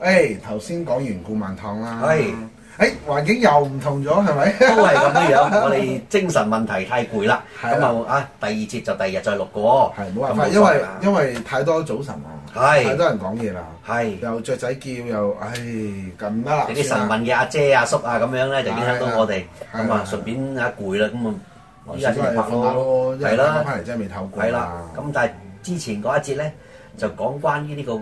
誒頭先講完顧萬堂啦，係誒環境又唔同咗係咪？都係咁樣樣，我哋精神問題太攰啦，係咁啦就啊第二節就第二日再錄過，係冇辦法，咁因所謂為啦因為太多早晨啦，係太多人講嘢啦，係又雀仔叫又唉咁啦，有算啲啦神問嘅阿姐阿叔啊咁樣咧，就影響係到啊我哋，係咁啊啊順便啊攰啦，咁啊依家先都係嚟拍放假咯，咯，因為係啦翻嚟真係未透過係啦，咁但係之前嗰一節咧就講關於呢個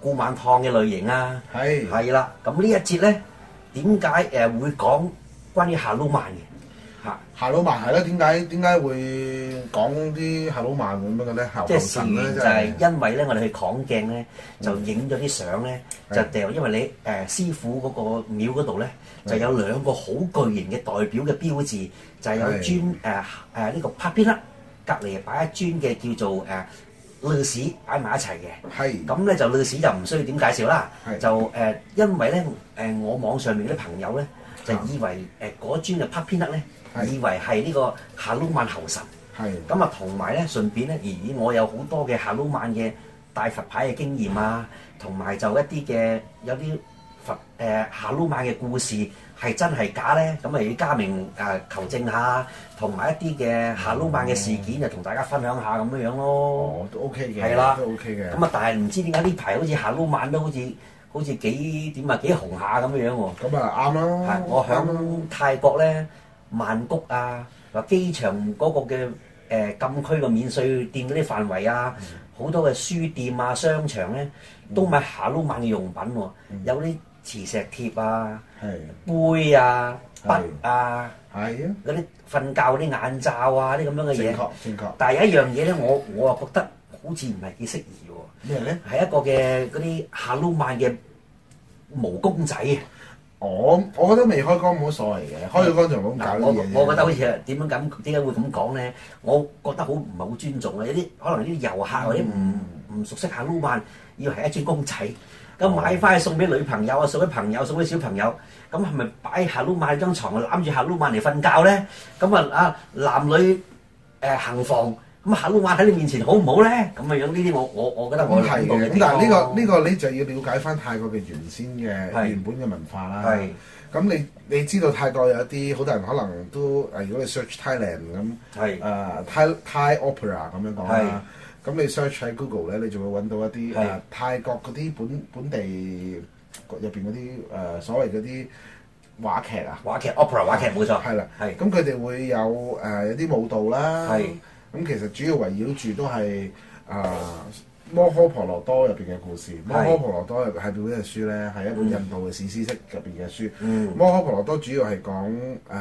固晚湯嘅類型啊，係係啦，咁呢一節咧點解誒會講關於下撈曼嘅嚇？夏魯曼係啦，點解點解會講啲夏魯曼咁樣嘅咧？夏即係魯事神源咧就真係係因為咧，我哋去講鏡咧，就影咗啲相咧，係就掉。因為你誒、呃師傅嗰個廟嗰度咧，就有兩個好巨型嘅代表嘅標誌，就係、有係磚誒誒呢個拍邊啦，隔離擺一磚嘅叫做誒類似擺埋一齊嘅。係咁咧就類似就唔需要點介紹啦，係就誒、呃因為咧誒、呃我網上面嗰啲朋友咧就啊以為誒嗰磚嘅拍邊啦咧，係以為係呢個夏魯曼猴神。係咁啊，同埋咧，順便咧，而我有好多嘅夏魯曼嘅大佛牌嘅經驗啊，同埋就一啲嘅有啲佛誒、呃、夏魯曼嘅故事係真係假咧，咁啊要加明誒、呃求證下，同埋一啲嘅夏魯曼嘅事件就同大家分享下咁樣樣咯。哦都 OK 嘅，係啦都 OK 嘅，咁啊，但係唔知點解呢排好似夏魯曼都好似好似幾點啊幾紅下咁樣樣喎。咁啊啱啦係，我啱啦響泰國咧，曼谷啊，或機場嗰個嘅誒、呃禁區嘅免稅店嗰啲範圍啊，嗯好多嘅書店啊、商場咧，都買夏魯曼嘅用品喎、嗯有啲磁石貼啊、係杯啊、筆係啊、係啊，嗰啲瞓覺嗰啲眼罩啊，啲咁樣嘅正嘢確。正確但係有一樣嘢咧，我我啊覺得好似唔係幾適宜喎、咩咧？係一個嘅嗰啲夏魯曼嘅毛公仔啊！我我覺得未開光冇所謂嘅，開咗光就冇咁搞嗱，呢我啲嘢啫。我覺得好似係點樣咁點解會咁講咧？我覺得好唔係好尊重啊！有啲可能啲遊客或者唔唔熟悉下撈曼，以為係一串公仔，咁買翻去送俾女朋友啊，送俾朋友，送俾小朋友，咁係咪擺下撈曼喺張床啊，攬住下撈曼嚟瞓覺咧？咁啊啊男女誒、呃行房，咁下撈曼喺你面前好唔好咧？咁嘅樣呢啲我我我覺得我咁係諗到嘅，嘅咁但係地呢方個呢個你就要了解翻泰國嘅原先嘅係原本嘅文化啦係。咁你你知道泰國有一啲好多人可能都誒，如果你 search Thailand 咁係誒 Thai Thai opera 咁樣講啦，咁你 search 喺 Google 咧，你就會揾到一啲係誒泰國嗰啲本本地呃入邊嗰啲誒呃所謂嗰啲話劇啊。話劇 opera 話劇冇錯，係啦，係咁佢哋會有誒、呃有啲舞蹈啦，係咁其實主要圍繞住都係誒摩訶婆羅多入邊嘅故事，摩訶婆羅多入係本嘅書咧，係一本印度嘅史詩式入邊嘅書。嗯摩訶婆羅多主要係講誒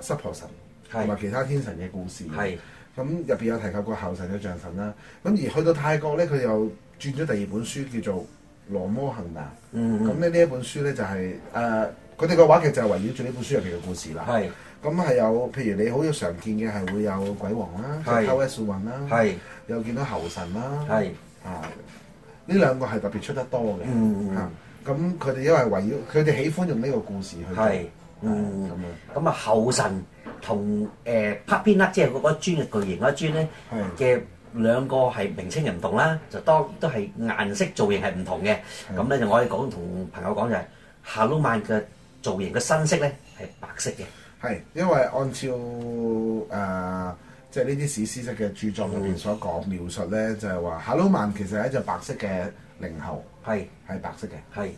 濕婆神同埋係其他天神嘅故事。係咁入邊有提及過後神嘅象神啦。咁而去到泰國咧，佢又轉咗第二本書叫做《羅摩行難》。嗯咁嗯咧呢一本書咧就係誒佢哋個話劇就係圍繞住呢本書入邊嘅故事啦。係咁係有譬如你好常見嘅係會有鬼王啦，係偷 S 運啦，係又見到猴神啦，係。啊呢兩個係特別出得多嘅嗯嗯嚇。咁佢哋因為圍繞佢哋喜歡用呢個故事去做係係嗯咁樣咁啊，後神同誒 p a p i n a 即係嗰個磚嘅巨型嗰磚咧係嘅兩個係名稱又唔同啦，就當都係顏色造型係唔同嘅。係咁咧就我可以講同朋友講就係夏魯曼嘅造型嘅新色咧係白色嘅，係因為按照誒。呃即係呢啲史詩式嘅著作入邊所講描述咧，就係話夏魯曼其實係一隻白色嘅靈猴，係係白色嘅，係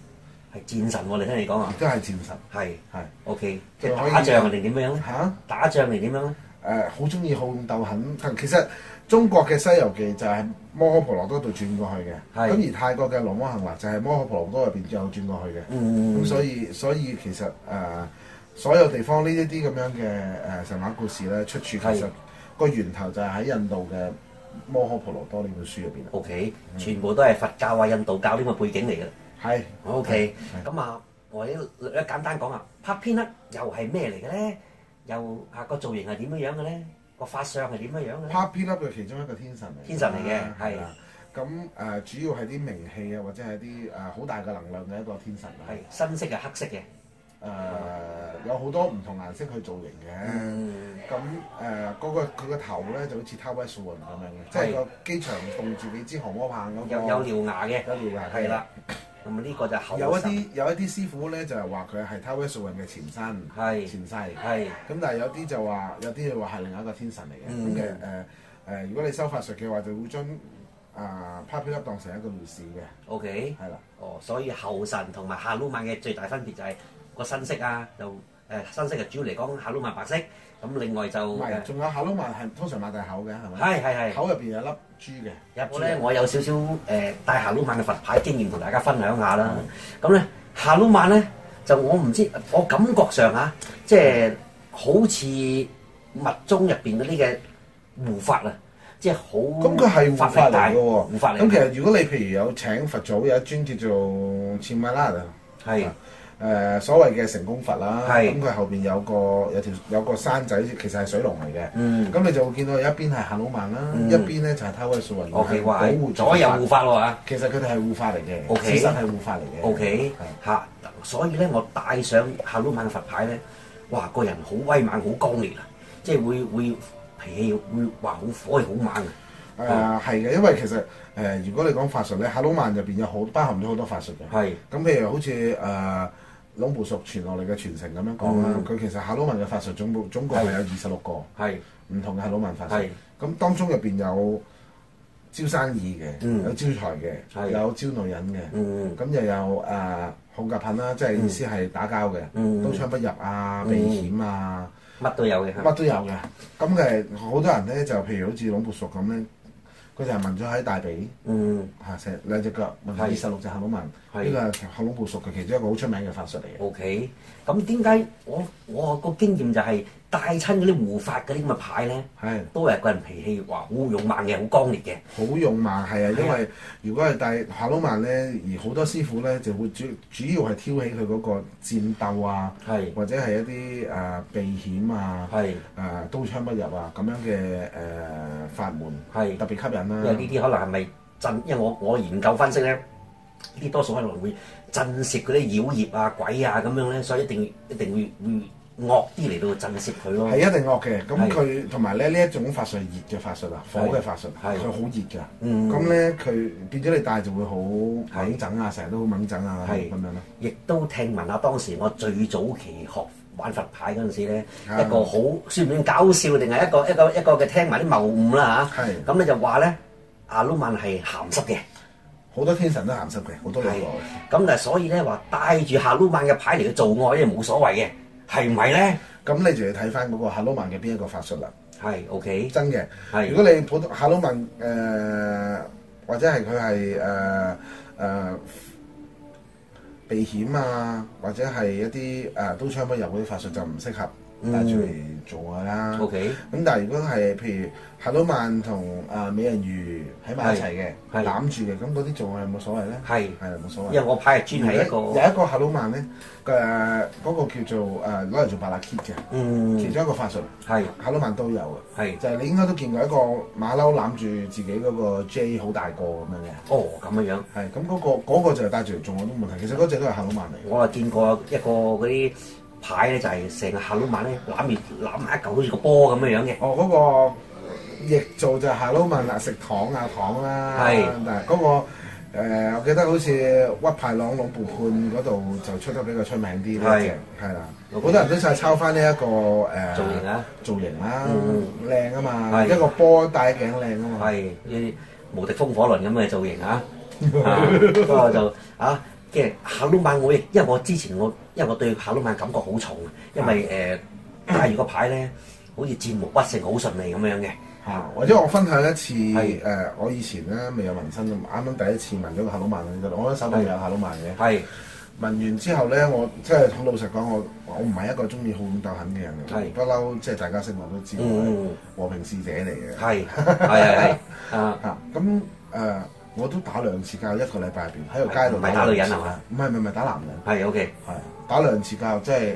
係戰神喎！你聽你講啊，亦都係戰神，係係 OK，即佢係嗯可以打仗定點樣咧？嚇。打仗定點樣咧？誒好中意好鬥狠，但其實中國嘅《西遊記》就係摩訶婆羅多度轉過去嘅，係咁而泰國嘅《羅摩行》啦就係摩訶婆羅多入邊又轉過去嘅，咁、嗯所以所以其實誒、呃所有地方呢一啲咁樣嘅誒神話故事咧，出處其係實個源頭就係喺印度嘅《摩訶婆羅多》呢本書入邊啦。 OK，全嗯部都係佛教啊、印度教呢個背景嚟嘅。係 OK，咁啊，我哋略略簡單講啊，拍片咧又係咩嚟嘅咧？又啊個造型係點樣樣嘅咧？個發相係點樣樣嘅咧？ p a p i l 嘅其中一個天神嚟㗎。天神嚟嘅係啦。咁誒、主要係啲名氣啊，或者係啲誒好大嘅能量嘅一個天神啦。係深色嘅、黑色嘅。誒、呃有好多唔同顏色去造型嘅。嗯，咁誒嗰個佢個頭咧就好似 Tower s 咁樣嘅，即係個機場棟住幾支航空棒嗰個。有有獠牙嘅。有獠牙係啦。咁啊呢個就後有一生啲有一啲師傅咧就係話佢係 Tower s 嘅前身，係前世。係咁但係有啲就話，有啲就話係另一個天神嚟嘅。嗯咁其實誒誒，如果你修法術嘅話，就會將啊 p a p i l 當成一個護士嘅， OK。係啦。哦，所以後神同埋下魯曼嘅最大分別就係個身色啊，就誒身色嘅主要嚟講下魯曼白色，咁另外就唔係，誒仲有口窿埋係通常擘大口嘅係咪？係係係。口入邊有粒珠嘅。我咧，我有少少誒帶夏魯曼嘅佛牌經驗同大家分享下啦。咁咧夏魯曼咧就我唔知，我感覺上啊，即係好似密宗入邊嗰啲嘅護法啊，即係好咁佢係護法嚟嘅喎，嗯護法嚟嘅。咁其實如果你譬如有請佛祖有一尊叫做切米拉啊，係誒所謂嘅成功佛啦，係咁佢後邊有個有條有個山仔，其實係水龍嚟嘅。嗯咁你就會見到一邊係行魯曼啦，嗯一邊咧就係偷威素雲， ，OK，係保哇，護左右護護。法喎嚇。啊其實佢哋係護法嚟嘅 OK 其實係護法嚟嘅。 O K 係嚇，所以咧我戴上夏魯曼嘅佛牌咧，哇個人好威猛，好剛烈啊！即係會會脾氣會哇好火氣好猛啊！誒係嘅，因為其實誒、呃如果你講法術咧，哈魯曼入邊有好包含咗好多法術嘅。係咁譬如好似誒、呃、龍部屬傳落嚟嘅傳承咁樣講啦嗯，佢、其實哈魯曼嘅法術總共總共係有二十六個係唔同嘅哈魯曼法術係。咁當中入邊有招生意嘅，嗯有招財係嘅，有招女人嘅，嗯咁又有誒、呃、恐夾品啦，即係意思係打交嘅，嗯刀槍不入啊，嗯避險啊。乜都有嘅嚇乜都有嘅。咁嘅好多人咧就譬如好似龍骨熟咁咧，佢就係紋咗喺大髀嗯嚇成兩隻腳紋咗係二十六隻後腦紋，呢個係係後腦部熟嘅其中一個好出名嘅法術嚟嘅。 O K，咁點解我我個經驗就係戴親嗰啲護法嗰啲咁嘅牌咧，係都係個人脾氣哇好勇猛嘅，好剛烈嘅。好勇猛係啊，係啊因為如果係戴後腦紋咧，而好多師傅咧就會主主要係挑起佢嗰個戰鬥啊，係或者係一啲誒、呃避險啊。係，誒、刀槍不入啊！咁樣嘅誒、呃法門係特別吸引啦、因為呢啲可能係咪震？因為我我研究分析咧，呢啲多數可能會震攝嗰啲妖孽啊、鬼啊咁樣咧，所以一定一定會會惡啲嚟到震攝佢咯係。一定惡嘅，係咁佢同埋咧呢一種法術係熱嘅法術啊，火嘅法術，係佢好熱㗎。嗯咁咧佢變咗你戴就會好猛整啊，成日都好猛整啊係咁樣咯。亦都聽聞啊，當時我最早期學玩佛牌嗰陣時咧，啊一個好算唔算搞笑定係一個一個一個嘅聽埋啲謬誤啦嚇。係咁咧就話咧，阿魯曼係鹹濕嘅，好多天神都鹹濕嘅，好多老係婆。咁但係所以咧話帶住夏魯曼嘅牌嚟去做愛咧冇所謂嘅，係唔係咧？咁你就要睇翻嗰個夏魯曼嘅邊一個法術啦。係 OK，真嘅，係如果你普通夏魯曼誒，或者係佢係誒誒避險啊，或者係一啲誒、呃刀槍不入嗰啲法術就唔適合帶住嚟做愛啦。嗯 OK 咁但係如果係譬如夏魯曼同啊美人魚喺埋一齊嘅，係係攬住嘅，咁嗰啲做愛有冇所謂咧？係。係啦，冇所因為謂。我牌係專係一有個，一個夏魯曼咧，嘅、嗰個叫做誒攞嚟做白蠟 kit 嘅，其嗯，中一個法術係夏魯曼都有嘅。係，就係你應該都見過一個馬騮攬住自己嗰個 J 好大個咁樣嘅，哦咁樣樣，係咁嗰個嗰、個就係帶住嚟做我都冇問題。其實嗰只都係行路曼嚟嘅，我啊見過一個嗰啲牌咧，就係成個下魯曼咧攬住攬埋一嚿，好似個波咁樣樣嘅，哦嗰、個亦做就係行路曼啦，食糖啊糖啦，係但係嗰個、呃、我記得好似屈派朗朗布判嗰度就出得比較出名啲呢係只，係啦， OK 好多人都就係抄翻呢一個誒、呃造型啊，造型啦嗯，靚啊嘛，係一個波戴頸靚啊嘛，係呢啲無敵風火輪咁嘅造 型啊，啊不過就啊嘅下魯曼我亦，因為我之前我因為我對下魯曼感覺好重，因啊為誒戴住個牌咧，好似戰無不勝，好順利咁樣嘅，嚇！或者我分享一次誒、係呃啊我以前咧未有紋身，啱啱第一次紋咗個夏魯曼喺度，我手度有夏魯曼嘅。係問完之後咧，我即係好老實講，我我唔係一個中意好勇鬥狠嘅人嚟係嘅，不嬲即係大家識我都知我嗯係和平使者嚟嘅。係 係係啊！嚇咁誒，呃我都打兩次交，一個禮拜入邊喺個街度唔係打女兩人啊次係嘛？唔係唔係唔係打男人，係 OK，係打兩次交，即係誒，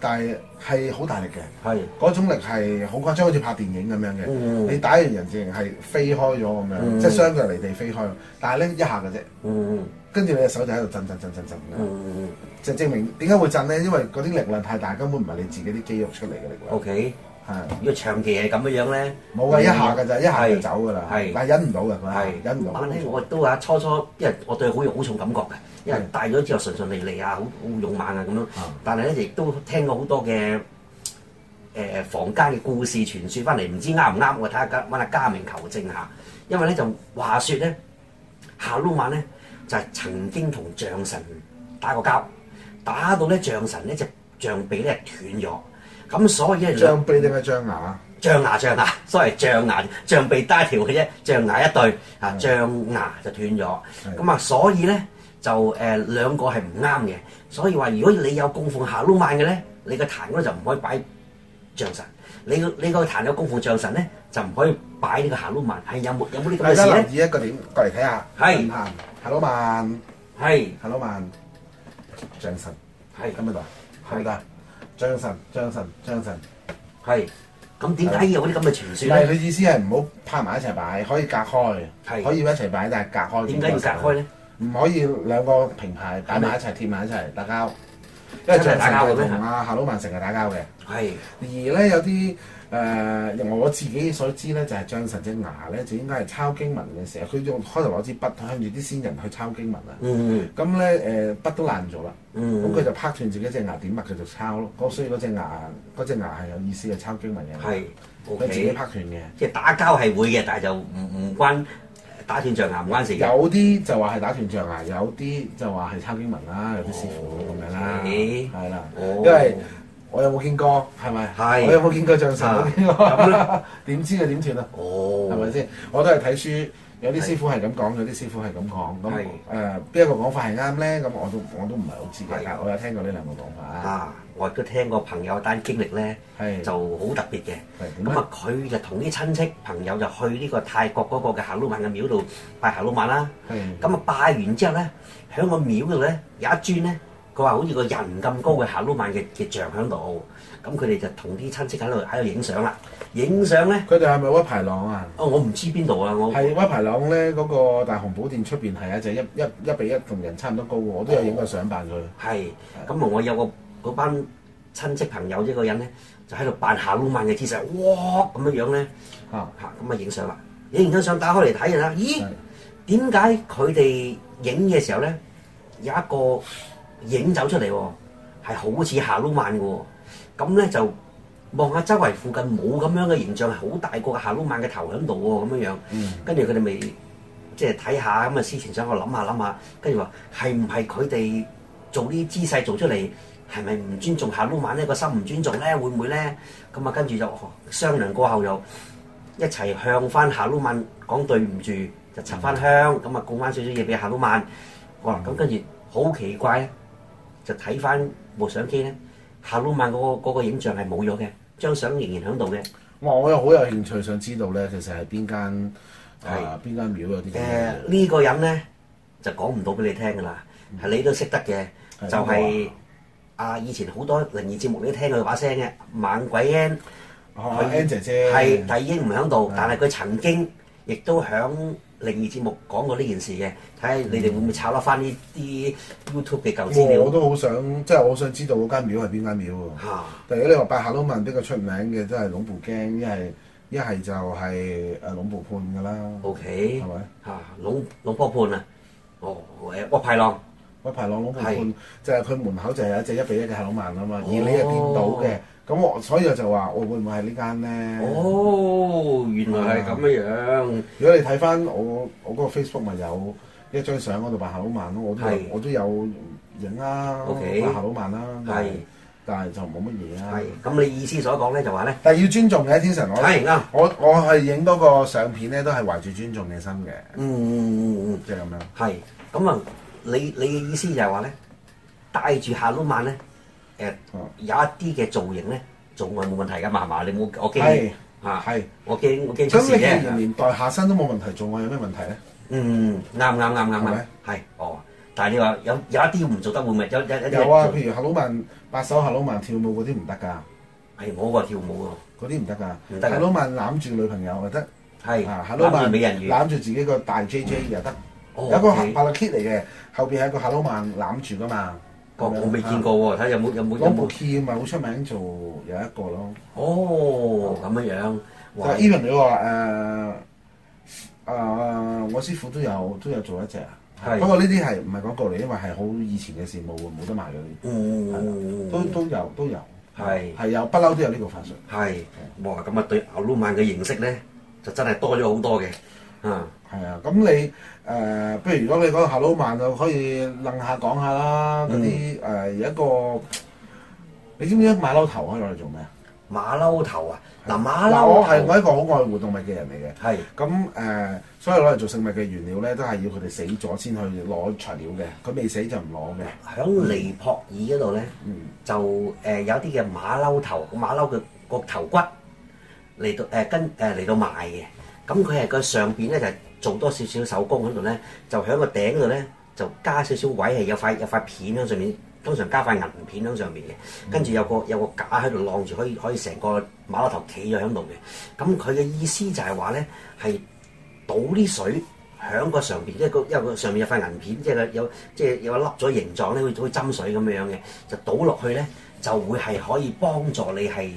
但係係好大力嘅。係嗰種力係好誇張，好似拍電影咁樣嘅。嗯你打完人直情係飛開咗咁樣，嗯即係相對離地飛開。但係咧一下嘅啫，嗯跟住你隻手就喺度震震震震震嗯嘅，嗯就證明點解會震咧？因為嗰啲力量太大，根本唔係你自己啲肌肉出嚟嘅力量。 OK。係如果長期係咁樣樣咧，冇啊嘅，一下嘅咋，一下就走㗎啦。嗯係但係忍唔到嘅，係佢忍唔到但。咧，我都啊初初，因為我對佢好有好重感覺嘅，因為係戴咗之後順順利利啊，好好勇猛啊咁樣啊。但係咧，亦都聽過好多嘅誒房間嘅故事傳說翻嚟，唔知啱唔啱？我睇下家揾阿家明求證下。因為咧就話說咧，夏魯曼咧就係、曾經同象神打過交，打到咧象神咧隻象臂咧斷咗，咁所以咧張臂定係張牙？象牙象牙，所謂象牙象鼻單一條嘅啫，象牙一對啊，嗯象牙就斷咗。咁啊，所以咧就誒、呃、兩個係唔啱嘅，所以話如果你有供奉夏魯曼嘅咧，你個壇嗰度就唔可以擺象神，你個你個壇有供奉象神咧，就唔可以擺呢個夏魯曼。係有冇有冇呢大咁嘅家事留咧？意一個點，過嚟睇下。係唔行，Hello 慢係，Hello 慢，張神。係得唔得？得唔得？張神，張神，張神。係。咁點解有啲咁嘅傳唔說係咧？佢意思係唔好拍埋一齊擺，可以隔開，係可以一齊擺，但係隔開。點解要隔開咧？？唔可以兩個平排擺埋一齊，貼埋一齊打交，因為真係打交嘅咩同阿夏魯曼成日打交嘅。係而咧有啲誒、呃我自己所知咧就係、將神隻牙咧就應該係抄經文嘅時候，佢用開頭攞支筆向住啲先人去抄經文啊。嗯咁咧誒筆都爛咗啦，嗯咁佢就拍斷自己隻牙點墨，啊佢就抄咯。咁所以嗰隻牙嗰隻牙係有意思嘅抄經文嘅，係佢自己 OK，拍斷嘅。即係打交係會嘅，但係就唔唔關打斷象牙唔關事嘅。有啲就話係打斷象牙，有啲就話係抄經文啦，有啲師傅咁樣啦，咦係啦，哦因為我有冇見過係咪？係我有冇見過象神？啊我見咁過，點知佢點斷啊？哦，係咪先？我都係睇書，有啲師傅係咁講，有啲師傅係咁講。咁係誒邊一個講法係啱咧？咁我都我都唔係好知係嘅，但我有聽過呢兩個講法。啊，我亦都聽過朋友單經歷咧，係就好特別嘅。係點咁啊？啊，佢就同啲親戚朋友就去呢個泰國嗰個嘅夏魯曼嘅廟度拜夏魯曼啦。係咁啊，拜完之後咧，喺個廟度咧有一尊咧，佢話好似個人咁高嘅夏魯曼嘅嘅像喺度。咁佢哋就同啲親戚喺度喺度影相啦。影相咧，佢哋係咪屈排朗啊？哦，我唔知邊度啊，我係屈排朗咧，嗰個大雄寶殿出邊係啊，就一一一比一同人差唔多高喎，我都有影過相扮佢。係，咁啊我有個嗰班親戚朋友一個人咧，就喺度扮夏魯曼嘅姿勢，哇咁樣樣咧，嚇嚇咁啊影相啦，影完張相打開嚟睇啦，咦係點解佢哋影嘅時候咧有一個影走出嚟喎，係好似夏魯曼嘅喎，咁咧就望下周圍附近冇咁樣嘅形象，係好大個嘅夏魯曼嘅頭喺度喎，咁樣樣，跟住佢哋咪。即係睇下咁啊，思前想後諗下諗下，跟住話係唔係佢哋做呢啲姿勢做出嚟，係咪唔尊重下撈曼呢個心唔尊重咧，會唔會咧？咁啊，跟住就哦商量過後又一齊向翻下撈曼講對唔住，就插翻香，咁啊供翻少少嘢俾下撈曼。好啦，咁跟住好奇怪咧，就睇翻部相機咧，下撈曼嗰個嗰個影像係冇咗嘅，張相仍然喺度嘅。哇！我又好有興趣想知道咧，其實係邊間係誒邊間廟有啲咁嘅誒嘢呢個人咧就講唔到俾你聽㗎啦，係你都識得嘅，係就係啊以前好多靈異節目你都聽佢把聲嘅，猛鬼 N 哦 Ann 姐姐係，但係已經唔喺度，但係佢曾經亦都響靈異節目講過呢件事嘅，睇下你哋會唔會炒得翻呢啲 YouTube 嘅舊資我我料都好想，即係我好想知道嗰間廟係邊間廟喎。嚇？但係如果你話拜下都問比較出名嘅，都係龍ปู่驚，一係一係就係誒龍ปู่判㗎啦， O K 係咪？嚇，龍龍波判啊，哦誒惡派浪我排朗龍ปู่ 係判就係佢門口就係一隻一比一嘅下老曼啊嘛，而哦你又見到嘅，咁我所以我就話我會唔會係呢間咧？哦，原來係咁樣樣。如果你睇翻我我嗰個 Facebook 咪有一張相嗰度拜下老曼咯，我都有係我都有影啊啦， OK 拜下老曼啦，但係係但係就冇乜嘢啊係。，咁你意思所講咧就話咧，但係要尊重嘅，天神我係啱，我我係影嗰個相片咧，都係懷住尊重嘅心嘅，嗯嗯嗯嗯，即係咁樣。係，咁啊，你你嘅意思就係話咧，戴住下撈曼咧，誒、哦有一啲嘅造型咧，做愛冇問題㗎嘛，係嘛？你冇我係驚啊，係我驚我驚出咁事你既然啫。連代下身都冇問題，做愛有咩問題咧？嗯，啱啱啱啱係啱咪，係哦。但係你話有有一啲唔做得會唔會有有有一啲有啊，做譬如 Hello 曼八手 Hello 曼跳舞嗰啲唔得㗎，係哎我個跳舞嗰啲唔得㗎。唔得㗎 Hello 曼攬住女朋友又得，喎，係啊 Hello 攬住曼美人魚，攬住自己個大 J J 又得。哦有個 OK 白勒 kit 嚟嘅，後邊係一個 Hello 曼攬住㗎嘛。我我未見啊。過喎，睇下有冇有冇有攞部冇 key 咪好出名做有一個咯。哦咁樣樣，就哇！ even 你話誒誒，我師傅都有都有做一隻啊。係不過呢啲係唔係廣告嚟，因為係好以前嘅事，冇冇得賣嗰啲。嗯，都都有都有，係係有不嬲都有呢個法術。係哇！咁啊，對牛撈曼嘅認識咧，就真係多咗好多嘅啊！係啊，咁你誒、呃不如如果你講夏魯曼就可以楞下講下啦。嗰啲誒有一個，你知唔知馬騮頭可以攞嚟做咩啊？馬騮頭啊，嗱馬嗱我係我騮頭係一個好愛護動物嘅人嚟嘅。係咁誒、呃所以攞嚟做食物嘅原料咧，都係要佢哋死咗先去攞材料嘅。佢未死就唔攞嘅。響尼泊爾嗰度咧，嗯，就誒、有啲嘅馬騮頭，馬騮嘅個頭骨嚟到誒、跟誒嚟、到賣嘅，咁佢係個上邊咧就做多少少手工喺度咧，就喺個頂嗰度咧就加少少位係有塊有塊片喺上面，通常加塊銀片喺上面嘅，跟住有個有個架喺度晾住，可以可以成個馬騮頭企咗喺度嘅，咁佢嘅意思就係話咧係倒啲水。響個上邊，即係個因為個上面有塊銀片，即係有即係有粒咗形狀咧，好似好似斟水咁樣嘅，就倒落去咧，就會係可以幫助你係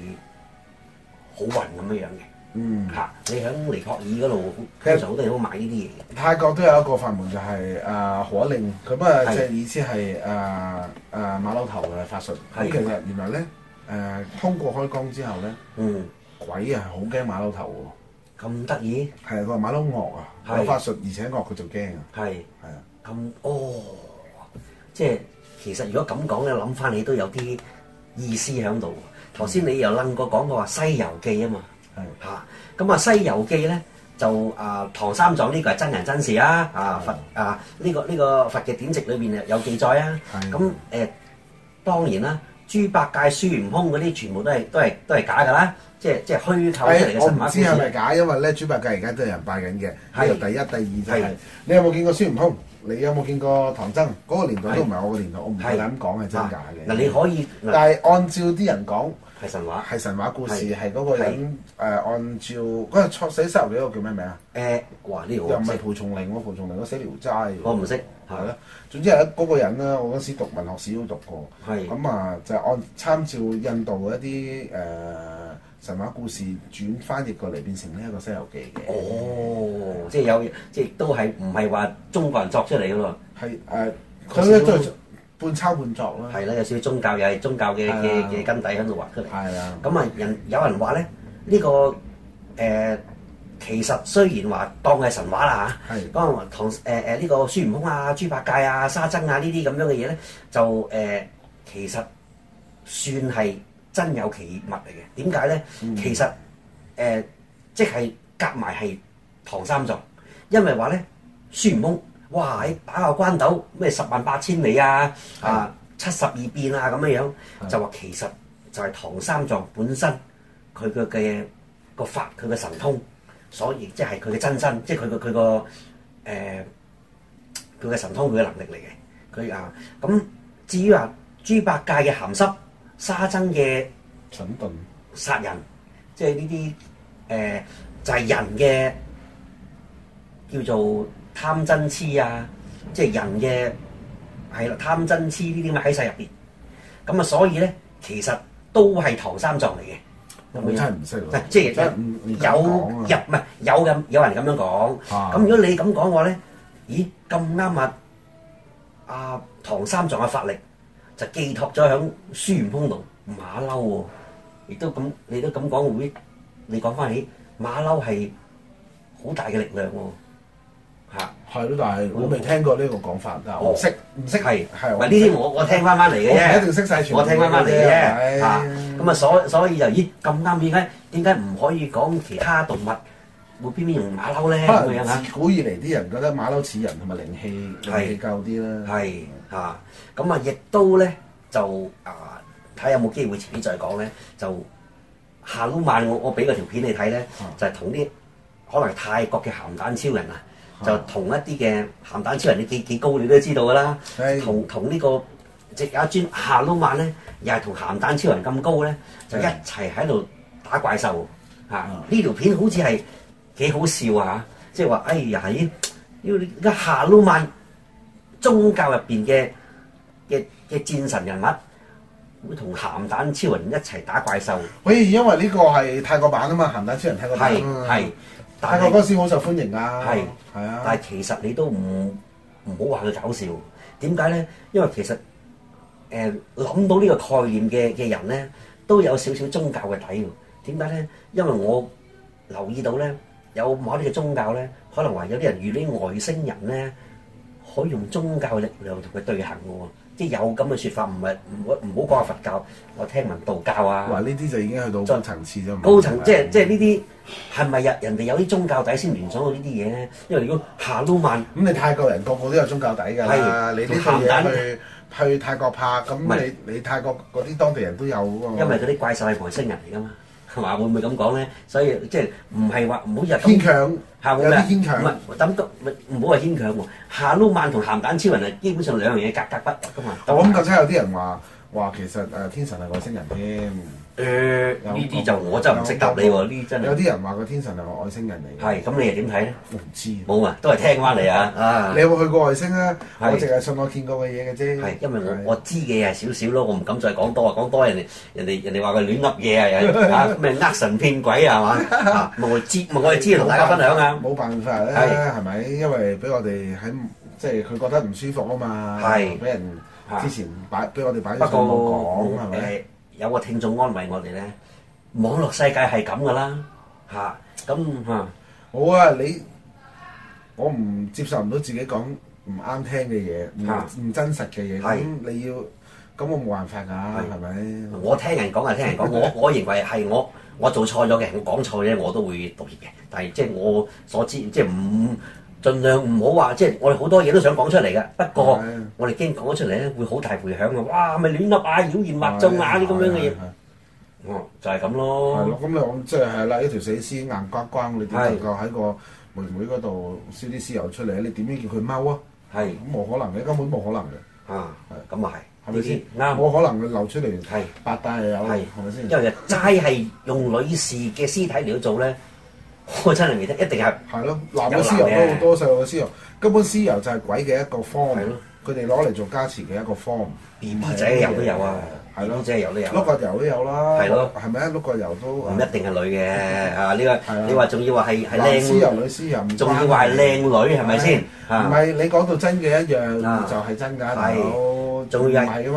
好運咁樣樣嘅。嗯，嚇、你喺尼泊爾嗰度，其實通常好多人都買呢啲嘢嘅。泰國都有一個法門就係、誒、可令，咁啊係即係意思係誒誒馬騮頭嘅法術。係咁其實原來咧誒、通過開光之後咧，嗯，鬼啊好驚馬騮頭咁得意，喎，係啊佢話馬騮惡啊，係有法術而且惡佢就驚啊，係係啊。咁哦，即係其實如果咁講咧，諗翻你都有啲意思喺度。頭先你又楞過講過話《西遊記》啊嘛。係嚇。咁啊，《西遊記》咧就啊，唐三藏呢個係真人真事啊，嗯啊佛啊呢、個呢、個佛嘅典籍裏邊有記載啊。係咁誒、當然啦，豬八戒、孫悟空嗰啲全部都係都係都係假㗎啦，即係即係虛構出嚟誒，嘅哎我神唔話故知係咪事。啊假，因為咧豬八戒而家都有人拜緊嘅。呢係個第一、第二就係係你有冇見過孫悟空？你有冇見過唐僧？嗰個年代都唔係我個年代，我唔係夠膽講係真假啊嗱，你嘅。可以嗱但係按照啲人講，係神話。係神話故事，係係嗰個人誒按照嗰個錯寫《西遊記》嗰個叫咩名啊？誒，哇！呢個又我唔唔係識，蒲松齡喎，蒲松齡嗰寫聊齋喎。我唔識係咯，總之係嗰個人啦。我嗰時讀文學史都讀過。係咁啊，就係按參照印度一啲誒、呃神話故事轉翻譯過嚟，變成呢一個《西遊記》嘅。哦，即係有，即係都係唔係話中國人作出嚟㗎喎？係誒，嗰佢時咧都都係半抄半作啦。係啦，有少少宗教又係宗教嘅嗯係啊嘅嘅根底喺度畫出嚟。係啊，咁啊，人有人話咧，呢、個誒、呃其實雖然話當佢係神話啦嚇，係講話唐誒誒呢個孫悟空啊、豬八戒啊、沙僧啊呢啲咁樣嘅嘢咧，就誒、呃其實算係真有其物嚟嘅。點解咧？其實誒、呃即係夾埋係唐三藏，因為話咧孫悟空，哇喺打個關鬥咩十萬八千里啊啊七十二變啊咁樣樣，就話其實就係唐三藏本身佢嘅嘅個法佢嘅神通，所以即係佢嘅真身，即係佢個佢個誒呃佢嘅神通佢嘅能力嚟嘅。佢啊咁至於話豬八戒嘅鹹濕，沙僧嘅蠢鈍殺人，即係呢啲誒就係、人嘅叫做貪嗔痴啊，即係人嘅係啦貪嗔痴呢啲咁嘅喺世入邊。咁啊，所以咧其實都係唐三藏嚟嘅。我真係唔識喎嗱，即係真係唔唔敢有講啊入唔係有咁有人咁樣講。啊咁如果你咁講嘅話咧，咦咁啱啊！阿唐三藏嘅法力就寄託咗響孫悟空度馬騮喎，亦都咁你都咁講會，你講翻起馬騮係好大嘅力量喎，嚇係咯，但係我未聽過呢個講法，但係我唔識唔識哦係係唔係呢啲我我我聽翻翻嚟嘅我啫，唔一定識晒全部我聽翻翻嚟嘅啫，嘅嚇唉咁啊所所以就咦咁啱點解點解唔可以講其他動物會偏偏用馬騮咧唔識咁可樣能啊？自古以嚟啲人覺得馬騮似人同埋靈氣係靈氣夠啲啦。係嚇。咁啊，亦都咧就啊，睇下有冇機會遲啲再講咧，就下撈晚我我俾個條片你睇咧，就係同啲可能係泰國嘅鹹蛋超人啊。就同一啲嘅鹹蛋超人，你幾幾高你都知道㗎啦係。同同呢個即有一尊下撈晚咧，又係同鹹蛋超人咁高咧，就一齊喺度打怪獸嚇。呢條片好似係幾好笑啊！即係話，哎呀喺要你而家下撈晚宗教入邊嘅嘅嘅戰神人物，會同鹹蛋超人一齊打怪獸，喂，因為呢個係泰國版啊嘛，鹹蛋超人泰國版係啊嘛係，泰但國嗰係陣時好受歡迎啊，係係啊，但係其實你都唔唔好話佢搞笑，點解咧？因為其實誒諗、到呢個概念嘅嘅人咧，都有少少宗教嘅底喎。點解咧？因為我留意到咧，有某啲嘅宗教咧，可能話有啲人遇啲外星人咧，可以用宗教力量同佢對衡嘅喎。即係有咁嘅説法，唔係唔好唔好講係佛教，我聽聞道教啊。哇！呢啲就已經去到高層次啫嘛，高層即係即係呢。呢啲係咪人人哋有啲宗教底先聯想到呢啲嘢咧？因為如果夏魯曼咁你泰國人個個都有宗教底㗎啦，係你呢套鹹蛋嘢去去泰國拍，唔咁係你你泰國嗰啲當地人都有㗎嘛。因為嗰啲怪獸係外星人嚟㗎嘛， 係嘛？會唔會咁講咧？所以即係唔係話唔好日牽強，下有啲牽唔係強。咁都唔好話牽強喎。夏魯曼同鹹蛋超人係基本上兩樣嘢格格不入㗎嘛。我諗近親有啲人話話其實誒天神係外星人添，嗯誒呢啲就我真係唔識答你喎，呢啲真有係啲人話個天神係外星人嚟嘅，係咁，你又點睇咧？我唔知。你冇啊，都係聽翻嚟啊啊！有冇去過外星啊？我係淨係信我見過嘅嘢嘅啫。係，因為我係我知嘅嘢係少少咯，我唔敢再講多啊，講多人哋人哋人哋話佢亂噏嘢啊又係，啊咩呃神騙鬼啊 係嘛，啊咪我知咪我哋知同大家分享啊，冇辦法咧，係係咪？因為俾我哋喺即係佢覺得唔舒服啊嘛，係俾人嚇之前擺俾我哋擺咗不上網過講係咪？誒有個聽眾安慰我哋咧，網絡世界係咁噶啦嚇，咁嚇好啊，你我唔接受唔到自己講唔啱聽嘅嘢，唔嚇唔真實嘅嘢，咁係你要咁我冇辦法㗎，係咪？我聽人講係聽人 講，我我認為係我我做錯咗嘅，我講錯嘢我都會道歉嘅。但係即係我所知，即係唔盡量唔好話，即係我哋好多嘢都想講出嚟嘅。不過係我哋驚講咗出嚟咧，會好大迴響嘅。哇，咪亂噏啊，妖言惑眾啊啲咁樣嘅嘢係。哦，就係咁係咯咯，。咁你我即係係啦，一條死屍硬刮刮，你點係能夠喺個妹妹嗰度燒啲屍油出嚟？你點樣叫佢踎啊？係咁冇可能嘅，根本冇可能嘅，啊，咁啊係，係咪先？呢啲啱。冇可能佢流出嚟係白帶又有，係係咪先？因為齋係用女士嘅屍體嚟到做咧， 我真係未得，一定係係咯，男嘅屍油有男嘅都好多，細路嘅屍油根本屍油就係鬼嘅一個係 form 咯。佢哋攞嚟做加持嘅一個 form。 B B 仔油都有啊係，B 咯 B 仔油都有啊。碌個油都有啦，係咯係咪啊？碌個油都唔一定係女嘅啊！呢個係啊你話仲要話係係男屍油、靚，女屍油唔關，仲要話係靚女係咪先唔啊？係你講到真嘅一樣啊就係真㗎，係大佬仲要唔係係啊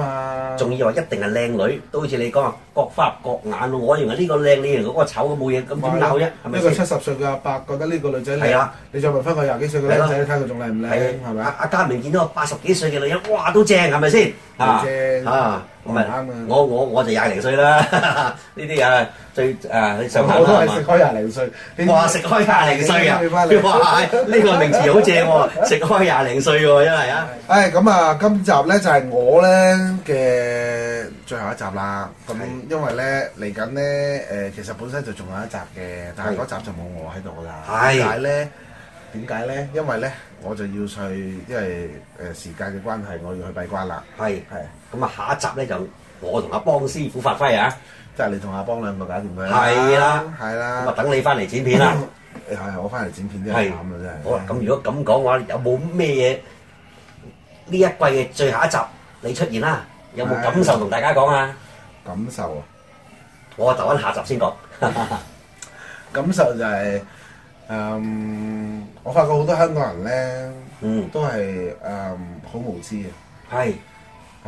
嘛，仲要話一定係靚女，都好似你講話各花入各眼咯。我認為呢個靚，你認為嗰個醜，咁冇嘢，咁點鬧啫？係一咪個七先？十歲嘅阿伯覺得呢個女仔係靚啊，你再問翻個廿幾歲嘅女係仔睇佢仲靚唔靚係咪阿啊？阿嘉明見到個八十幾歲嘅女人，哇都正係咪先？啊都正啊，唔係啱啊我我我就廿零歲啦， 呢啲啊最啊上下我都啦係係食嘛。開廿零歲，你哇！食開廿零歲啊！你翻嚟 哇！呢個名詞好正喎，食開廿零歲喎，真係啊！唉，咁啊，今集咧就係、我咧嘅最後一集啦。咁係因為咧嚟緊咧誒，其實本身就仲有一集嘅，但係嗰集就冇我喺度啦。係點解咧？點解咧？因為咧我就要去，因為誒、呃、時間嘅關係，我要去閉關啦。係。係，咁啊，下一集咧就我同阿邦師傅發揮啊，即係你同阿邦兩個搞掂佢係啦係咁啊啦。等你翻嚟剪片 啦。係我翻嚟剪片真係係慘啊！真係。好啦，咁如果咁講嘅話，有冇咩嘢呢一季嘅最後一集你出現啦？有冇感受同大家講啊？感受啊！我啊，留翻下集先講。感受就係、嗯我發覺好多香港人咧。嗯，都係誒好無知嘅，嗯係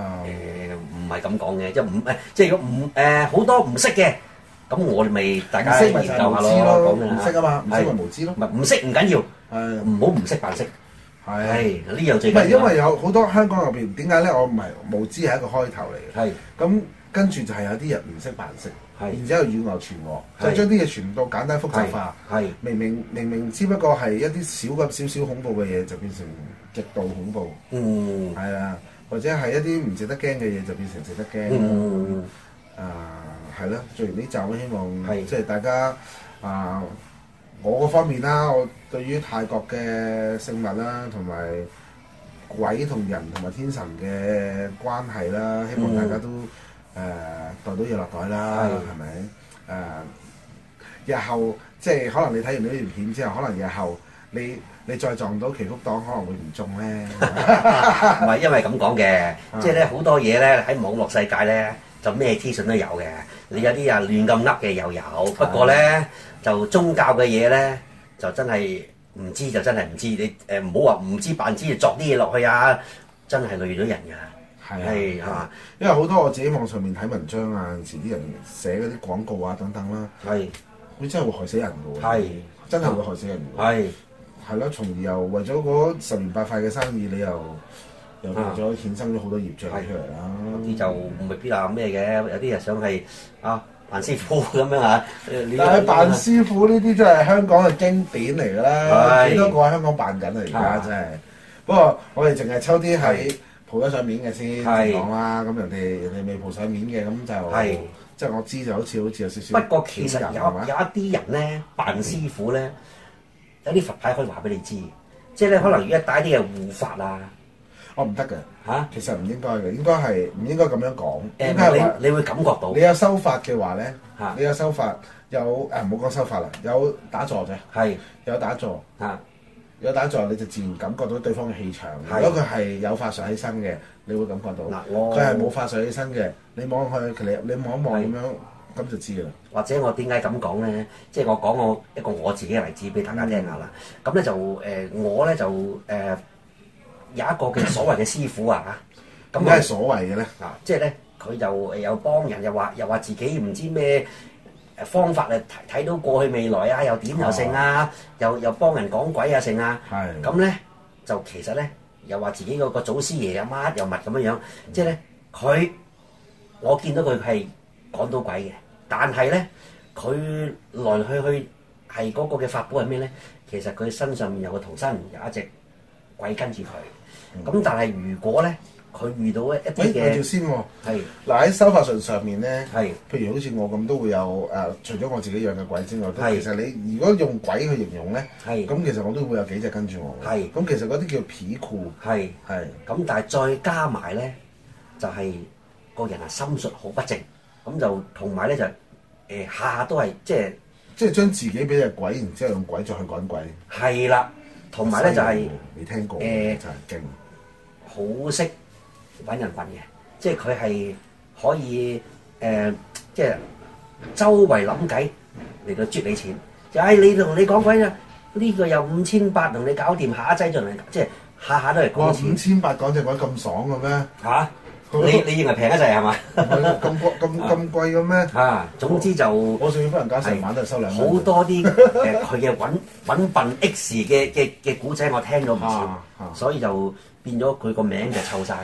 誒誒，唔係咁講嘅，即係唔誒，即係如果唔誒好多唔識嘅，咁我哋咪大唔家識研究咪就係下無知咯，咯，咁唔樣識啊嘛，唔識係咪無知咯唔，係唔識唔緊要，係唔好唔識扮識。係。係呢樣最唔緊係要因啊。為有好多香港入邊點解咧？我唔係無知係一個開頭嚟嘅，係咁跟住就係有啲人唔識扮識，係然之後以訛傳訛，係就將啲嘢傳到簡單複雜係化。係明明明明只不過係一啲少咁少少恐怖嘅嘢，就變成極度恐怖。嗯係啊，或者係一啲唔值得驚嘅嘢就變成值得 Ừ, 驚啦。嗯，啊，係咯，做完呢集我希係望即係大家啊，我嗰方面啦，我對於泰國嘅聖物啦，同埋鬼同人同埋天神嘅關係啦，希望大家都誒、à, 袋到嘢落袋啦，係係咪？誒、日後即係可能你睇完呢段片之後，可能日後你你再撞到祈福黨，可能會唔中咧。唔係因為咁講嘅，即係咧好多嘢咧喺網絡世界咧就咩資訊都有嘅，你有啲啊亂咁噏嘅又有，不過咧就宗教嘅嘢咧就真係唔知就真係唔知，你誒唔好話唔知扮知，作啲嘢落去啊，真係累咗人㗎，係啊，因為好多我自己網上面睇文章啊，有時啲人寫嗰啲廣告啊等等啦，係佢真係會害死人嘅喎。係真係會害死人嘅喎。係係咯，從而又為咗嗰十年八塊嘅生意，你又又變咗衍生咗好多業障出嚟啦。有啲就未必啊咩嘅，有啲人想係啊扮師傅咁樣啊，你啊但係扮師傅呢啲真係香港嘅經典嚟㗎啦，係幾多個喺香港扮緊啊而家啊真係。不過我哋淨係抽啲喺蒲得上面嘅先係講啦，咁人哋人哋未蒲上面嘅咁係就即係我知就好似好似有少少不過其實有偏人有係嘛一啲人咧扮師傅咧，有啲佛牌可以話俾你知，即係咧可能而家帶啲嘅護法啊我唔得嘅，嚇，其實唔應該嘅，應該係唔應該咁樣講，應該係話誒你你會感覺到你有修法嘅話咧嚇，你有修法有誒啊唔好講修法啦，有打坐啫，係有打坐，嚇有打坐你就自然感覺到對方嘅氣場。係如果佢係有法術起身嘅，你會感覺到；嗱我佢係冇法術起身嘅，你望佢，其實你你望一望係咁樣，咁就知啦。或者我點解咁講咧？即係我講我一個我自己嘅例子俾大家聽下啦。咁咧就誒、我咧就誒、有一個嘅所謂嘅師傅啊嚇，咁咁梗係所謂嘅咧，啊，即係咧佢又誒又幫人，又話又話自己唔知咩誒方法嚟睇睇到過去未來啊，又點又成啊，又又幫人講鬼啊成啊，係咁咧就其實咧又話自己嗰個祖師爺啊乜又乜咁樣樣，即係咧佢我見到佢係講到鬼嘅，但係咧佢來來去去係嗰個嘅法寶係咩咧？其實佢身上面有個逃生，有一隻鬼跟住佢。咁但係如果咧，佢遇到一喂，啲咪嘅住哎先喎。係嗱喺修法術上面咧，係譬如好似我咁都會有誒、除咗我自己養嘅鬼之外，都係其實你如果用鬼去形容咧，係咁其實我都會有幾隻跟住我。係咁其實嗰啲叫皮褲。係係咁，但係再加埋咧，就係、個人啊心術好不正，咁就同埋咧就誒、呃下下都係即係即係將自己俾只鬼，然之後用鬼再去趕鬼。係啦，同埋咧就係、你聽過，誒真係勁。好識揾人笨嘅，即係佢係可以誒、呃即係周圍諗計嚟到啜你錢。就誒、哎你同你講鬼啊，呢、個有五千八同你搞掂，下一劑就同你搞即係下下都係哇！講五錢千八講只鬼咁爽嘅咩？嚇、你你認為平一滯 係嘛？唔係咁 貴咁咁貴嘅咩？啊，總之就。我上要幫人家成晚都係收兩蚊好多啲 誒佢嘅揾揾笨 X 嘅嘅嘅古仔，我聽咗唔啊啊少，所以就變咗佢個名就臭晒。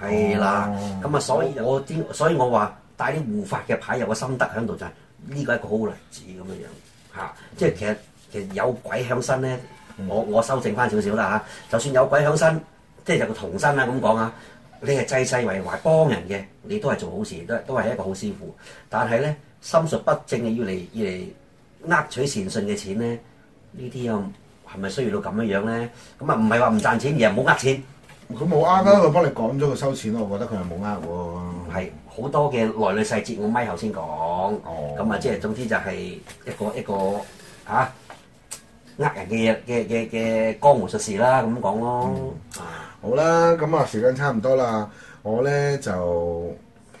係啦哦，咁啊，所以我啲，所以我話帶啲護法嘅牌有個心得喺度，就係呢個係一個好例子咁樣樣嚇。即係其實其實有鬼響身咧，我我修正翻少少啦嚇。就算有鬼響身，即係有個童身啦咁講啊，你係濟世為懷幫人嘅，你都係做好事，都係都係一個好師傅。但係咧，心術不正嘅要嚟要嚟呃取善信嘅錢咧，呢啲又係咪需要到咁樣樣咧？咁啊，唔係話唔賺錢，而係冇呃錢。佢冇呃啦，佢幫你講咗佢收錢咯，我覺得佢係冇呃係好多嘅內裏細節，我咪後先講。哦咁啊，即係總之就係一個一個嚇呃人嘅嘢嘅嘅嘅江湖術士啦，咁講咯。啊喎。好啦，咁啊時間差唔多啦，我咧就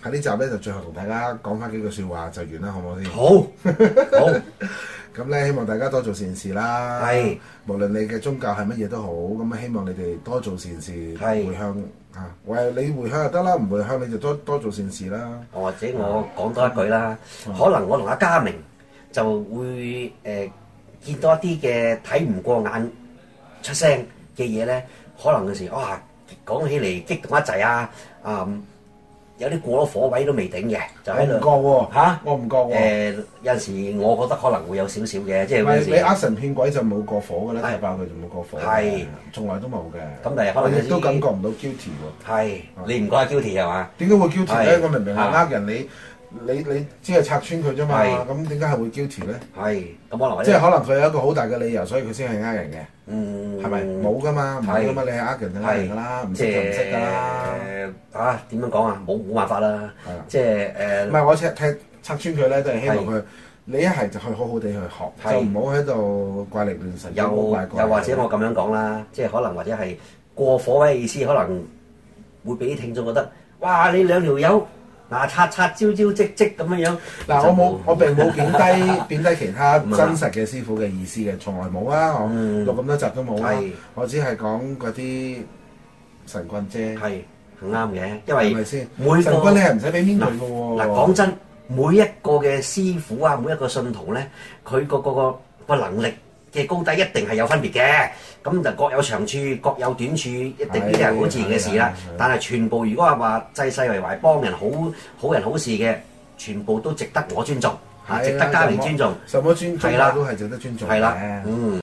喺呢集咧就最後同大家講翻幾句説話就完啦，好唔好先？好，好，咁咧，希望大家多做善事啦。係，無論你嘅宗教係乜嘢都好，咁啊，希望你哋多做善事，係回向啊。喂，你回向就得啦，唔回向你就多多做善事啦。或者我講多一句啦，可能我同阿嘉明就會誒、呃、見到一啲嘅睇唔過眼出聲嘅嘢咧，可能有時哇講起嚟激動一滯啊，啊、有啲過咗火位都未頂嘅，就我喺唔度覺喎，嚇我唔覺喎。誒有陣時，我覺得可能會有少少嘅，即係哦唔有陣係時你呃神騙鬼就冇過火嘅啦，係踢爆佢就冇過火嘅，係從來都冇嘅。咁但係可我能有啲亦都感覺唔到 guilty 喎。係哦你唔覺得 guilty 係嘛？點解會 guilty 咧？係我明明係啊呃人，你你你只係拆穿佢啫嘛，係咁點解係會 guilty 咧？係咁可能或即者係可能佢有一個好大嘅理由，所以佢先係呃人嘅，嗯係咪？冇噶嘛，冇噶嘛，係你係呃人就呃人係噶啦，唔即識就唔識噶啦。係啊點樣講啊？冇冇辦法啦係啦，即係誒唔係我踢踢拆穿佢咧，都係希望係佢你一係就去好好地去學，係就唔好喺度怪力亂神，又妖魔怪怪又或者我咁樣講啦，即係可能或者係過火位嘅意思，可能會俾啲聽眾覺得，哇！你兩條友嗱擦擦招招積積咁樣樣，嗱，就我啊冇我並 冇貶低貶低其他唔係真實嘅師傅嘅意思嘅，從來冇啦，我嗯錄咁多集都冇啦係，我只係講嗰啲神棍啫，係係啱嘅，因係為咪先每個？神棍你係唔使俾面佢嘅嗱喎，講真，每一個嘅師傅啊，每一個信徒咧，佢個個個個能力嘅高低一定係有分別嘅。咁就各有長處，各有短處，一定呢啲係好自然嘅事啦係係係。但係全部如果係話濟世為懷、幫人好好人好事嘅，全部都值得我尊重，係啦值得家庭尊重，什麼尊係重啦都係值得尊重係啦嘅，。嗯。